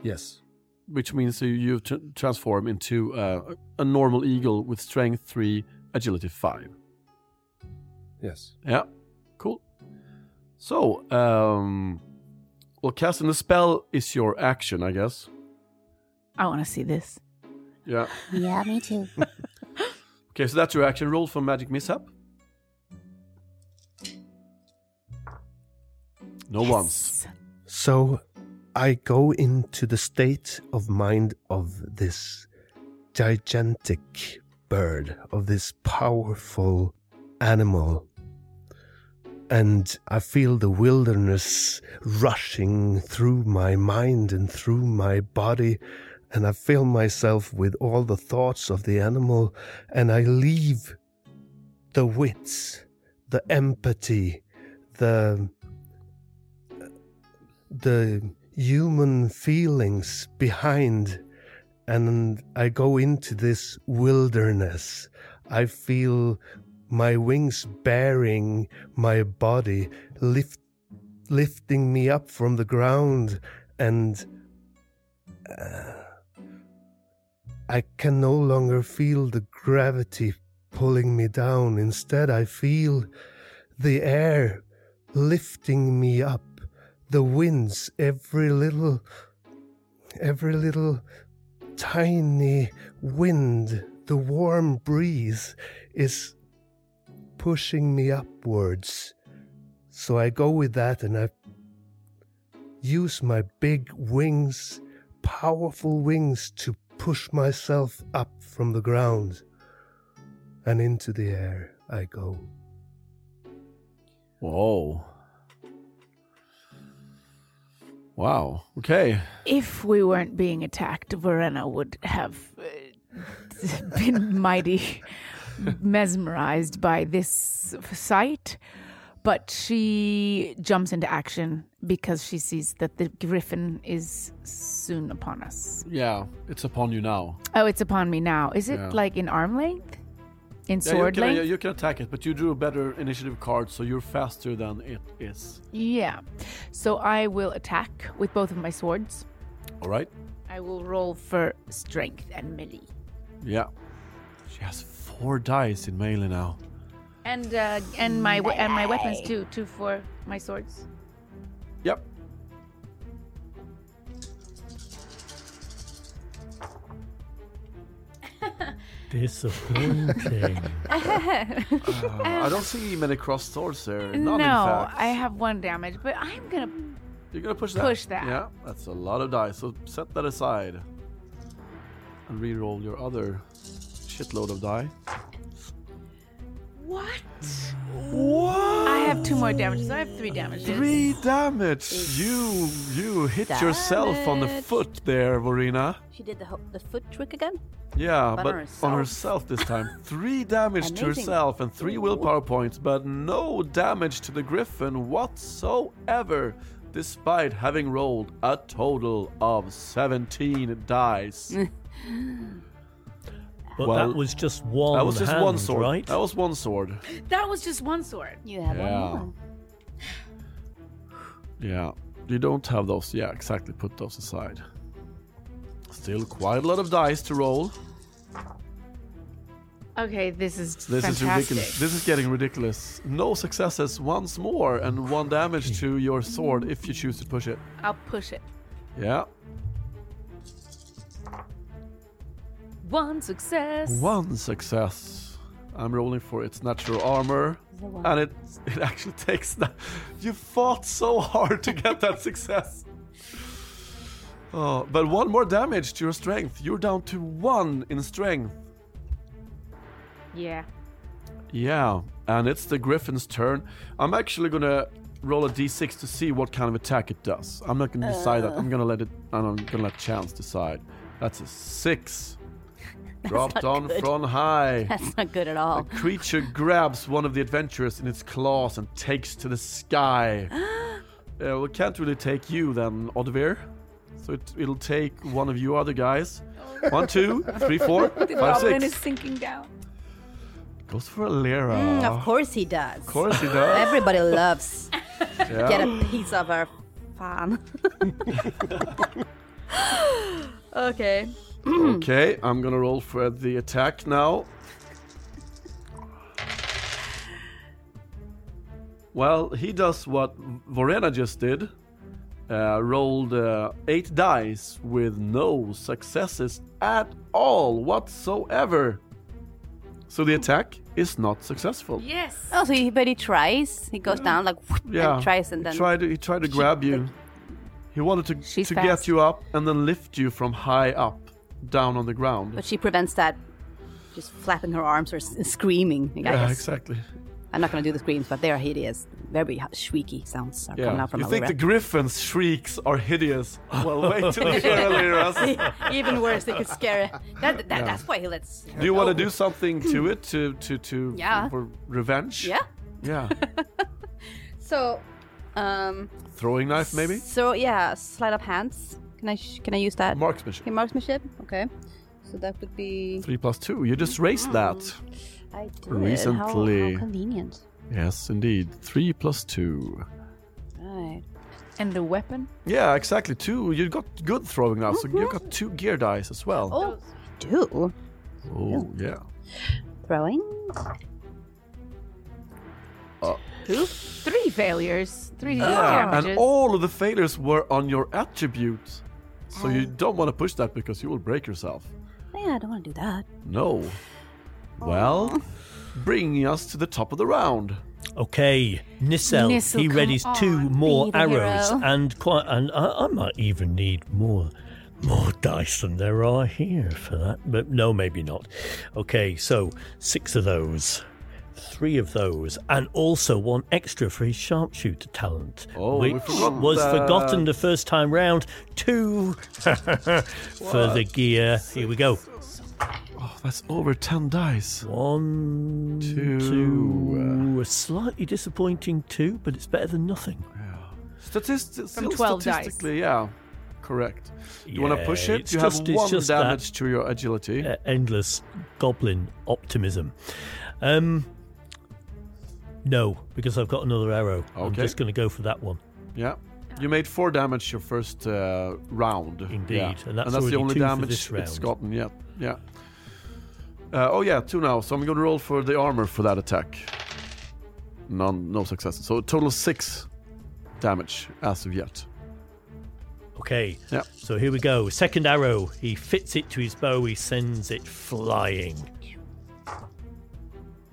yes. which means you, you tr- transform into uh, a normal eagle with strength three, agility five. Yes. Yeah, cool. So, um, well, casting the spell is your action, I guess. I want to see this. Yeah. Yeah, me too. Okay, so that's your action roll for magic mishap. No ones. So I go into the state of mind of this gigantic bird, of this powerful animal. And I feel the wilderness rushing through my mind and through my body. And I fill myself with all the thoughts of the animal. And I leave the wits, the empathy, the the human feelings behind and I go into this wilderness. I feel my wings bearing my body, lift, lifting me up from the ground, and uh, I can no longer feel the gravity pulling me down. Instead, I feel the air lifting me up, the winds, every little, every little tiny wind, the warm breeze is pushing me upwards. So I go with that and I use my big wings, powerful wings, to push myself up from the ground and into the air I go. Whoa. Wow. Okay. If we weren't being attacked, Verena would have uh, been mighty mesmerized by this sight, but she jumps into action because she sees that the griffin is soon upon us. Yeah, it's upon you now. Oh, it's upon me now. Is it Yeah. like in arm length? In Yeah, sword you can, yeah, length? you can attack it, but you drew a better initiative card, so you're faster than it is. Yeah. So I will attack with both of my swords. All right? I will roll for strength and melee. Yeah. She has four dice in melee now. And uh, and my we- and my weapons too, two for my swords. Yep. Disappointing. Uh, I don't see many cross swords there. None, in no, fact. I have one damage, but I'm gonna You're gonna push that. Push that. Yeah, that's a lot of dice. So set that aside and re-roll your other shitload of die. What? What? I have two more damages. I have three damages. Three damage. You you hit yourself on the Damage. foot there, Vorina. She did the, ho- the foot trick again? Yeah, But but on on herself. herself this time. Three damage to Amazing. herself and three willpower points, but no damage to the griffin whatsoever, despite having rolled a total of 17 dice. But Well, that was just one. that was just one hand, sword. right? That was one sword. That was just one sword. You have Yeah. one more. Yeah. You don't have those. Yeah, exactly. Put those aside. Still quite a lot of dice to roll. Okay, this is This fantastic. is ridiculous. This is getting ridiculous. No successes once more, and one damage to your sword if you choose to push it. I'll push it. Yeah. One success. One success. I'm rolling for its natural armor, and it it actually takes that. You fought so hard to get that success. Oh, but one more damage to your strength. You're down to one in strength. Yeah. Yeah, and it's the Griffin's turn. I'm actually gonna roll a d6 to see what kind of attack it does. I'm not gonna decide that. I'm gonna let it. I'm gonna let chance decide. That's a six. Dropped on from high. That's not good at all. The creature grabs one of the adventurers in its claws and takes to the sky. uh, well, it can't really take you then, Odvir. So it, it'll take one of you other guys. One, two, three, four, five, six. sinking down. Goes for Alira. Mm, of uh, of course he does. course he does. Everybody loves Yeah. get a piece of our fan. okay. Hmm. Okay, I'm gonna roll for the attack now. Well, he does what Vorena just did. Uh, rolled uh, eight dice with no successes at all whatsoever. So the attack is not successful. Yes. Oh, so he, but he tries. He goes down like whoop, Yeah, and tries and then he tried to, he tried to grab you. He wanted to, She's to fast. get you up and then lift you from high up down on the ground. but she prevents that just flapping her arms or s- screaming. I yeah, guess. exactly. I'm not going to do the screams, but they are hideous. Very h- squeaky sounds are coming out from you our think the griffin's shrieks are hideous? Well, wait till you hear Eliras. Even worse, they could scare her. That, that, That's why he lets. Do you want to do something to it to to to Yeah. for revenge? Yeah. Yeah. So, um, Throwing knife maybe? So yeah, slide up hands. Can I sh- can I use that? Marksmanship. Okay, marksmanship. Okay. So that would be. Three plus two. You just raised that. I did. How, Recently. how convenient. Yes, indeed. Three plus two. Right. And the weapon? Yeah, exactly. Two. You got good throwing knife, so you got two gear dice as well. Mm-hmm. Oh, do Oh, yeah. throwing. Two? Three failures. Three Yeah, damages. and all of the failures were on your attribute. So you Oh. don't want to push that because you will break yourself. Yeah, I don't want to do that. No. Well, bringing us to the top of the round. Okay, Nissel. Nissel, he come readies two on, more be the arrows, hero. and quite, and I, I might even need more, more dice than there are here for that. But no, maybe not. Okay, so six of those, three of those, and also one extra for his sharpshooter talent, Oh, we which forgot was that. forgotten the first time round. Two for the gear. Here we go. Oh, that's over 10 dice. One, Two. two, a slightly disappointing two, but it's better than nothing. Yeah. Statistic, still 12 dice. statistically, yeah. Correct. You want to Yeah, push it? it's You just- have it's one just that, damage to your agility. uh, endless goblin optimism. Um, no, because I've got another arrow. I'm Okay. just going to go for that one. Yeah. You made four damage your first uh, round. Indeed, Yeah. and that's already the only two for damage this it's round. gotten. Yeah, yeah. Uh, oh yeah, two now. So I'm going to roll for the armor for that attack. None, no successes. So a total of six damage as of yet. Okay. Yeah. So here we go. Second arrow. He fits it to his bow. He sends it flying.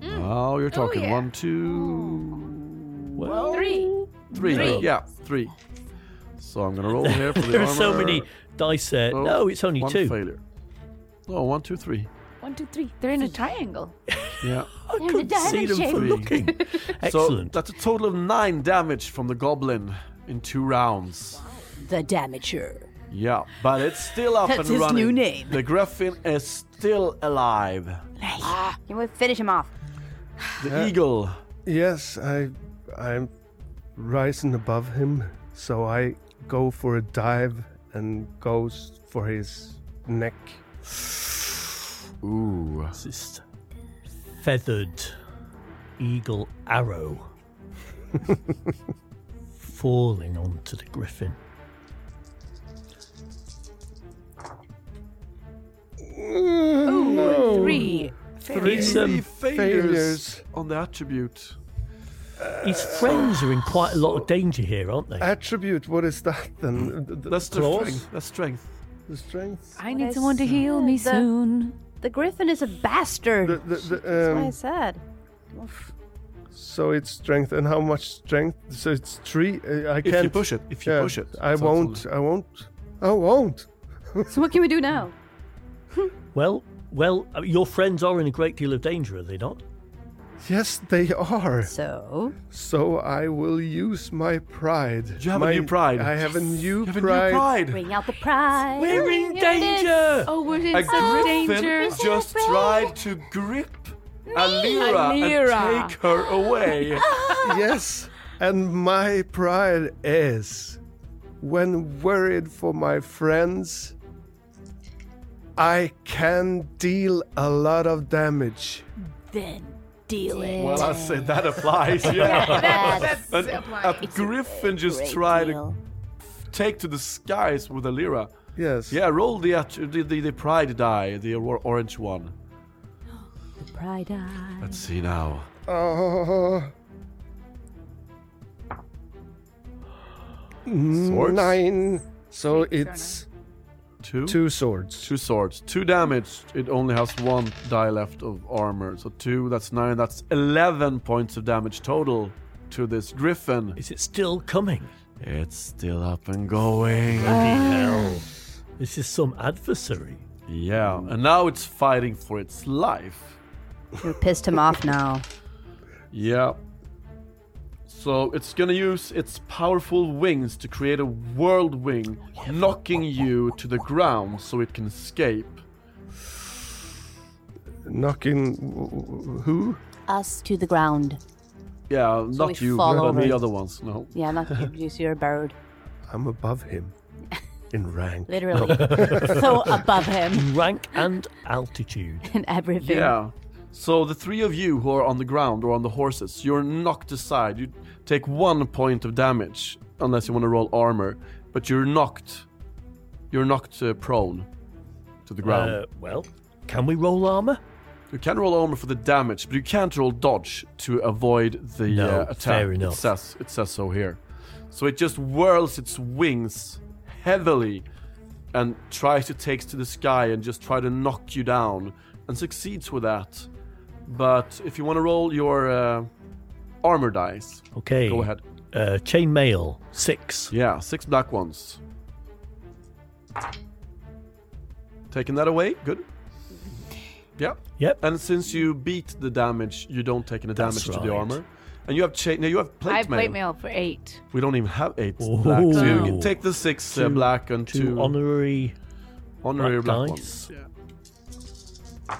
Hmm. Oh, you're talking yeah. one, two, Well, Three. three. Three. Yeah, three. So I'm going to roll here for the there are armor. so many dice there. Oh, no, it's only one two. failure. No, one, two, three. One, two, three. They're in a triangle. Yeah. I couldn't see them for Three. looking. So Excellent. that's a total of nine damage from the goblin in two rounds. The damager. Yeah, but it's still up That's and his running. new name. The Griffin is still alive. You will finish him off. The eagle. Yes, I I'm rising above him, so I go for a dive and goes for his neck. Ooh. It's just feathered eagle arrow falling onto the griffin. Oh. Three. He's, Three um, failures, failures. on the attribute. um, his friends are in quite a lot of danger here, aren't they? Attribute, what is that then? The, the, Hmm. That's the claws? strength. That's strength. The strength. I What I need someone to heal me said. soon. The griffin is a bastard. The, the, the, That's what I um, said. so it's strength, and how much strength? So it's three. Uh, I you can't push it, if you push it, I it's won't. absolutely- I won't. I won't. So what can we do now? Well, well, I mean, your friends are in a great deal of danger, are they not? Yes, they are. So So I will use my pride. You have a My- new pride. I have a new You have a new pride. pride. bring out the pride. We're in danger. Oh, we're A in such griffin danger. just tried to grip Alira, Alira. and take her away. yes, and my pride is when worried for my friends, I can deal a lot of damage. Then deal it. well, I say that applies. Yeah. That's An- a griffin just tried to take to the skies with Alira. Yes. Yeah, roll the att- the, the, the pride die, the or- orange one. The pride eye. Let's see now. Uh, Swords? Nine. So it's Two? two swords. Two swords. Two damage. It only has one die left of armor. So two, that's nine, that's 11 points of damage total to this griffin. Is it still coming? It's still up and going. Bloody hell! This is some adversary. Yeah, and now it's fighting for its life. You pissed him off now. Yeah. So it's gonna use its powerful wings to create a whirlwind, knocking you to the ground so it can escape. Knocking w- w- who? Us to the ground. Yeah, So not we you, fall but over the it. other ones. No. Yeah, not you. You're bird. I'm above him in rank. Literally. Oh. so above him Rank and altitude. in everything. Yeah. So the three of you who are on the ground or on the horses, you're knocked aside. You take one point of damage unless you want to roll armor, but you're knocked. You're knocked uh, prone to the ground. Uh, well, can we roll armor? You can roll armor for the damage, but you can't roll dodge to avoid the No, uh, attack. fair enough. It says it says so here. So it just whirls its wings heavily and tries to take to the sky and just try to knock you down and succeeds with that. But if you want to roll your uh, armor dice, Okay. go ahead. Uh, chainmail six. Yeah, six black ones. Taking that away, good. Yeah. Yep. And since you beat the damage, you don't take any That's damage to the right. armor. And you have cha- no, you have plate I have mail. plate mail for eight. We don't even have eight black. So you can take the six uh, Two- black and Two two, honorary honorary black black, ones. dice. Yeah.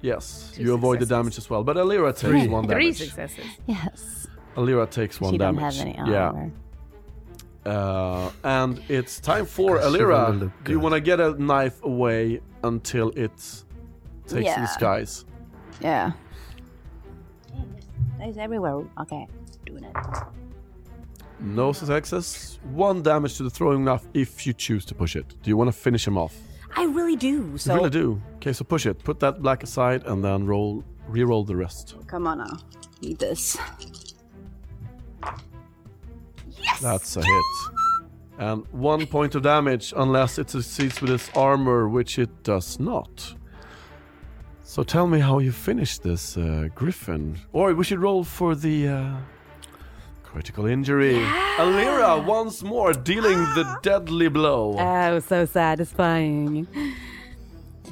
Yes, Two you avoid the successes. damage as well. But Alira takes Three. one Three damage. successes. Yes. Alira takes one she damage. don't have any yeah. armor. Uh, and it's time for Because she will Alira. look Do you good. want to get a knife away until it takes Yeah. the skies? Yeah. It's everywhere. Okay. Doing it. No success. One damage to the throwing knife if you choose to push it. Do you want to finish him off? I really do. So you really do. Okay, so push it. Put that black aside and then roll, re-roll the rest. come on now. Need this. That's a hit. And one point of damage unless it succeeds with its armor, which it does not. So tell me how you finish this, uh, Griffin. Or we should roll for the uh, critical injury. Alira, once more, dealing Ah. the deadly blow. Oh, so satisfying.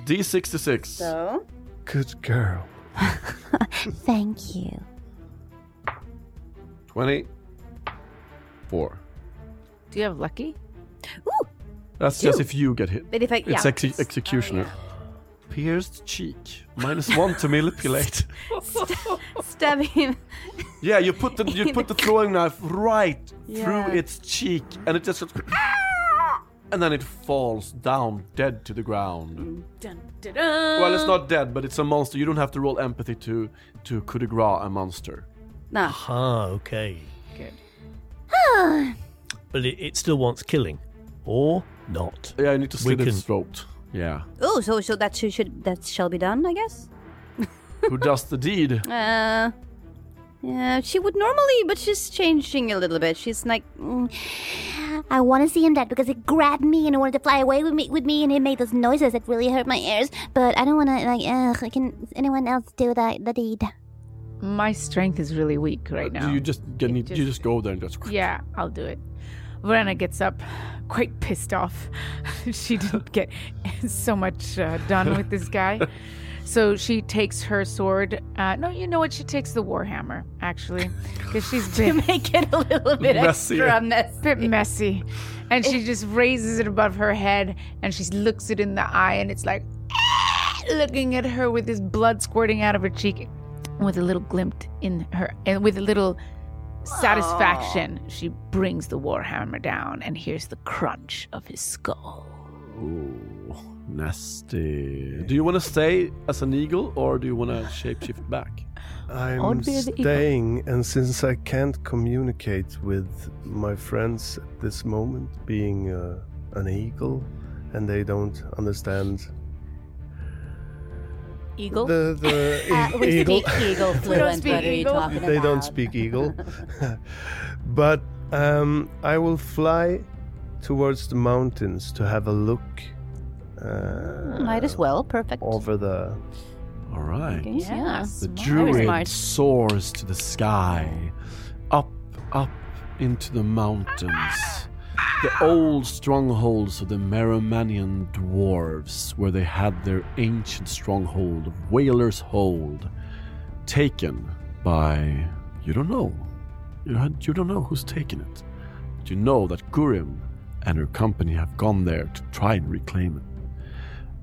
D66. So Good girl. Thank you. 24. Do you have lucky? That's just if you get hit. but if I yeah. Oh, It's exe- executioner. Pierced cheek. Minus one to manipulate. Stab him. Yeah, you put the you put the throwing knife right Yeah. through its cheek, and it just goes, and then it falls down dead to the Mm, ground. Well, it's not dead, but it's a monster. You don't have to roll empathy to to coup de grace a monster. No. Ah, okay. But it, it still wants killing, or not. Yeah, you need to slit We its can- throat. Yeah, Oh, so so that should, should that shall be done, I guess. who does the deed? Uh, yeah, she would normally, but she's changing a little bit. She's like, mm, I want to see him dead because it grabbed me and it wanted to fly away with me, with me, and it made those noises that really hurt my ears. But I don't want to like. Ugh, can anyone else do the the deed? My strength is really weak right Uh, now. You just get, It need, you just- just go there and just. Yeah, I'll do it. Verena gets up, quite pissed off. she didn't get so much uh, done with this guy. So she takes her sword. Uh, no, you know what? She takes the warhammer, actually, because she's to been make it a little bit Messier. extra mess. bit messy. And she just raises it above her head and she looks it in the eye and it's like "Ah!" looking at her with this blood squirting out of her cheek with a little glint in her and with a little satisfaction she brings the warhammer down and hears the crunch of his skull. Ooh, nasty. Do you want to stay as an eagle, or do you want to shapeshift back? I'm Odd beard eagle. staying, and since I can't communicate with my friends at this moment, being uh, an eagle, and they don't understand Eagle. the the Uh, e- we eagle. speak eagle fluent. speak What are you eagle. talking they don't about? speak eagle. but um, I will fly towards the mountains to have a look. Uh, Might as well. Perfect. Over the. All right. Okay, yeah. The Very druid smart. soars to the sky, up, up into the mountains. The old strongholds of the Meromanian dwarves, where they had their ancient stronghold of Whaler's Hold, taken by. You don't know. You don't, you don't know who's taken it. But you know that Gurim and her company have gone there to try and reclaim it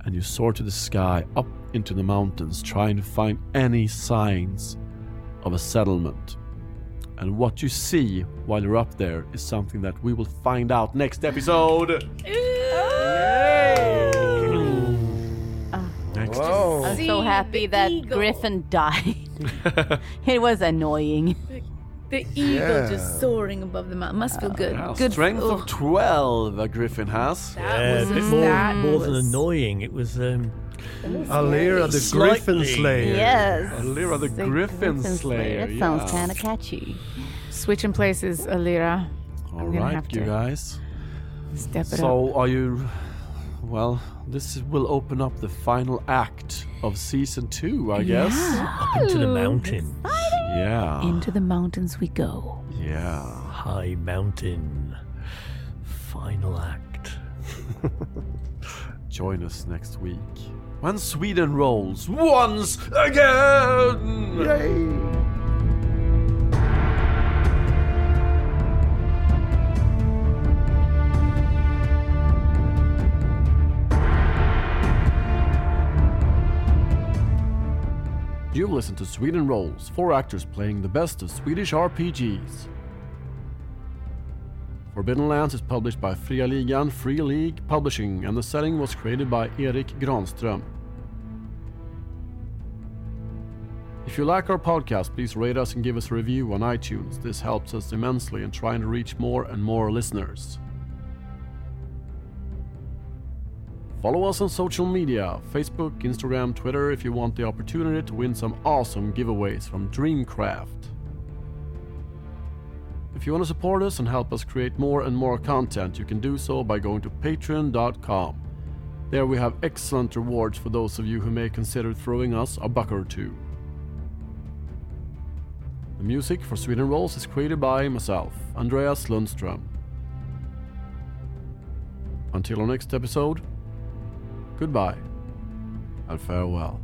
and you soar to the sky up into the mountains trying to find any signs of a settlement. And what you see while you're up there is something that we will find out next episode. Next. Whoa. I'm so See happy the that eagle. Griffin died. it was annoying. The eagle Yeah. just soaring above the mountain must feel good. Oh, Wow, Uh, strength of 12 a griffin has. yeah, was- Uh, a bit more, that more than was- annoying. It was um, Alira the Slightly. Griffin Slayer. Yes. Alira the Griffin Slayer. That sounds yeah. kind of catchy. Switching places, Alira. All gonna right, have you to guys. Step it up. So, are you. Well, this will open up the final act of season two, I guess. up into the Oh, mountains. Yeah. Into the mountains we go. yeah. High mountain. Final act. Join us next week when Sweden rolls once again. You've listened to Sweden Rolls, four actors playing the best of Swedish RPGs. Forbidden Lands is published by Fria Ligan Free League Publishing, and the setting was created by Erik Granström. If you like our podcast, please rate us and give us a review on iTunes. This helps us immensely in trying to reach more and more listeners. Follow us on social media Facebook, Instagram, Twitter if you want the opportunity to win some awesome giveaways from Dreamcraft. If you want to support us and help us create more and more content, you can do so by going to patreon.com. There we have excellent rewards for those of you who may consider throwing us a buck or two. The music for Sweden Rolls is created by myself, Andreas Lundström. Until our next episode, goodbye and farewell.